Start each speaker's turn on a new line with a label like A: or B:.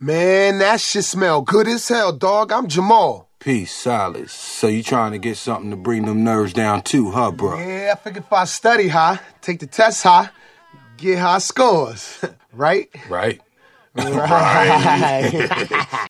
A: Man, that shit smell good as hell, dog. I'm Jamal.
B: Peace, Silas. So you trying to get something to bring them nerves down too, huh, bro?
A: Yeah, I figure if I study high, take the test high, get high scores. right?
B: Right.
A: Right.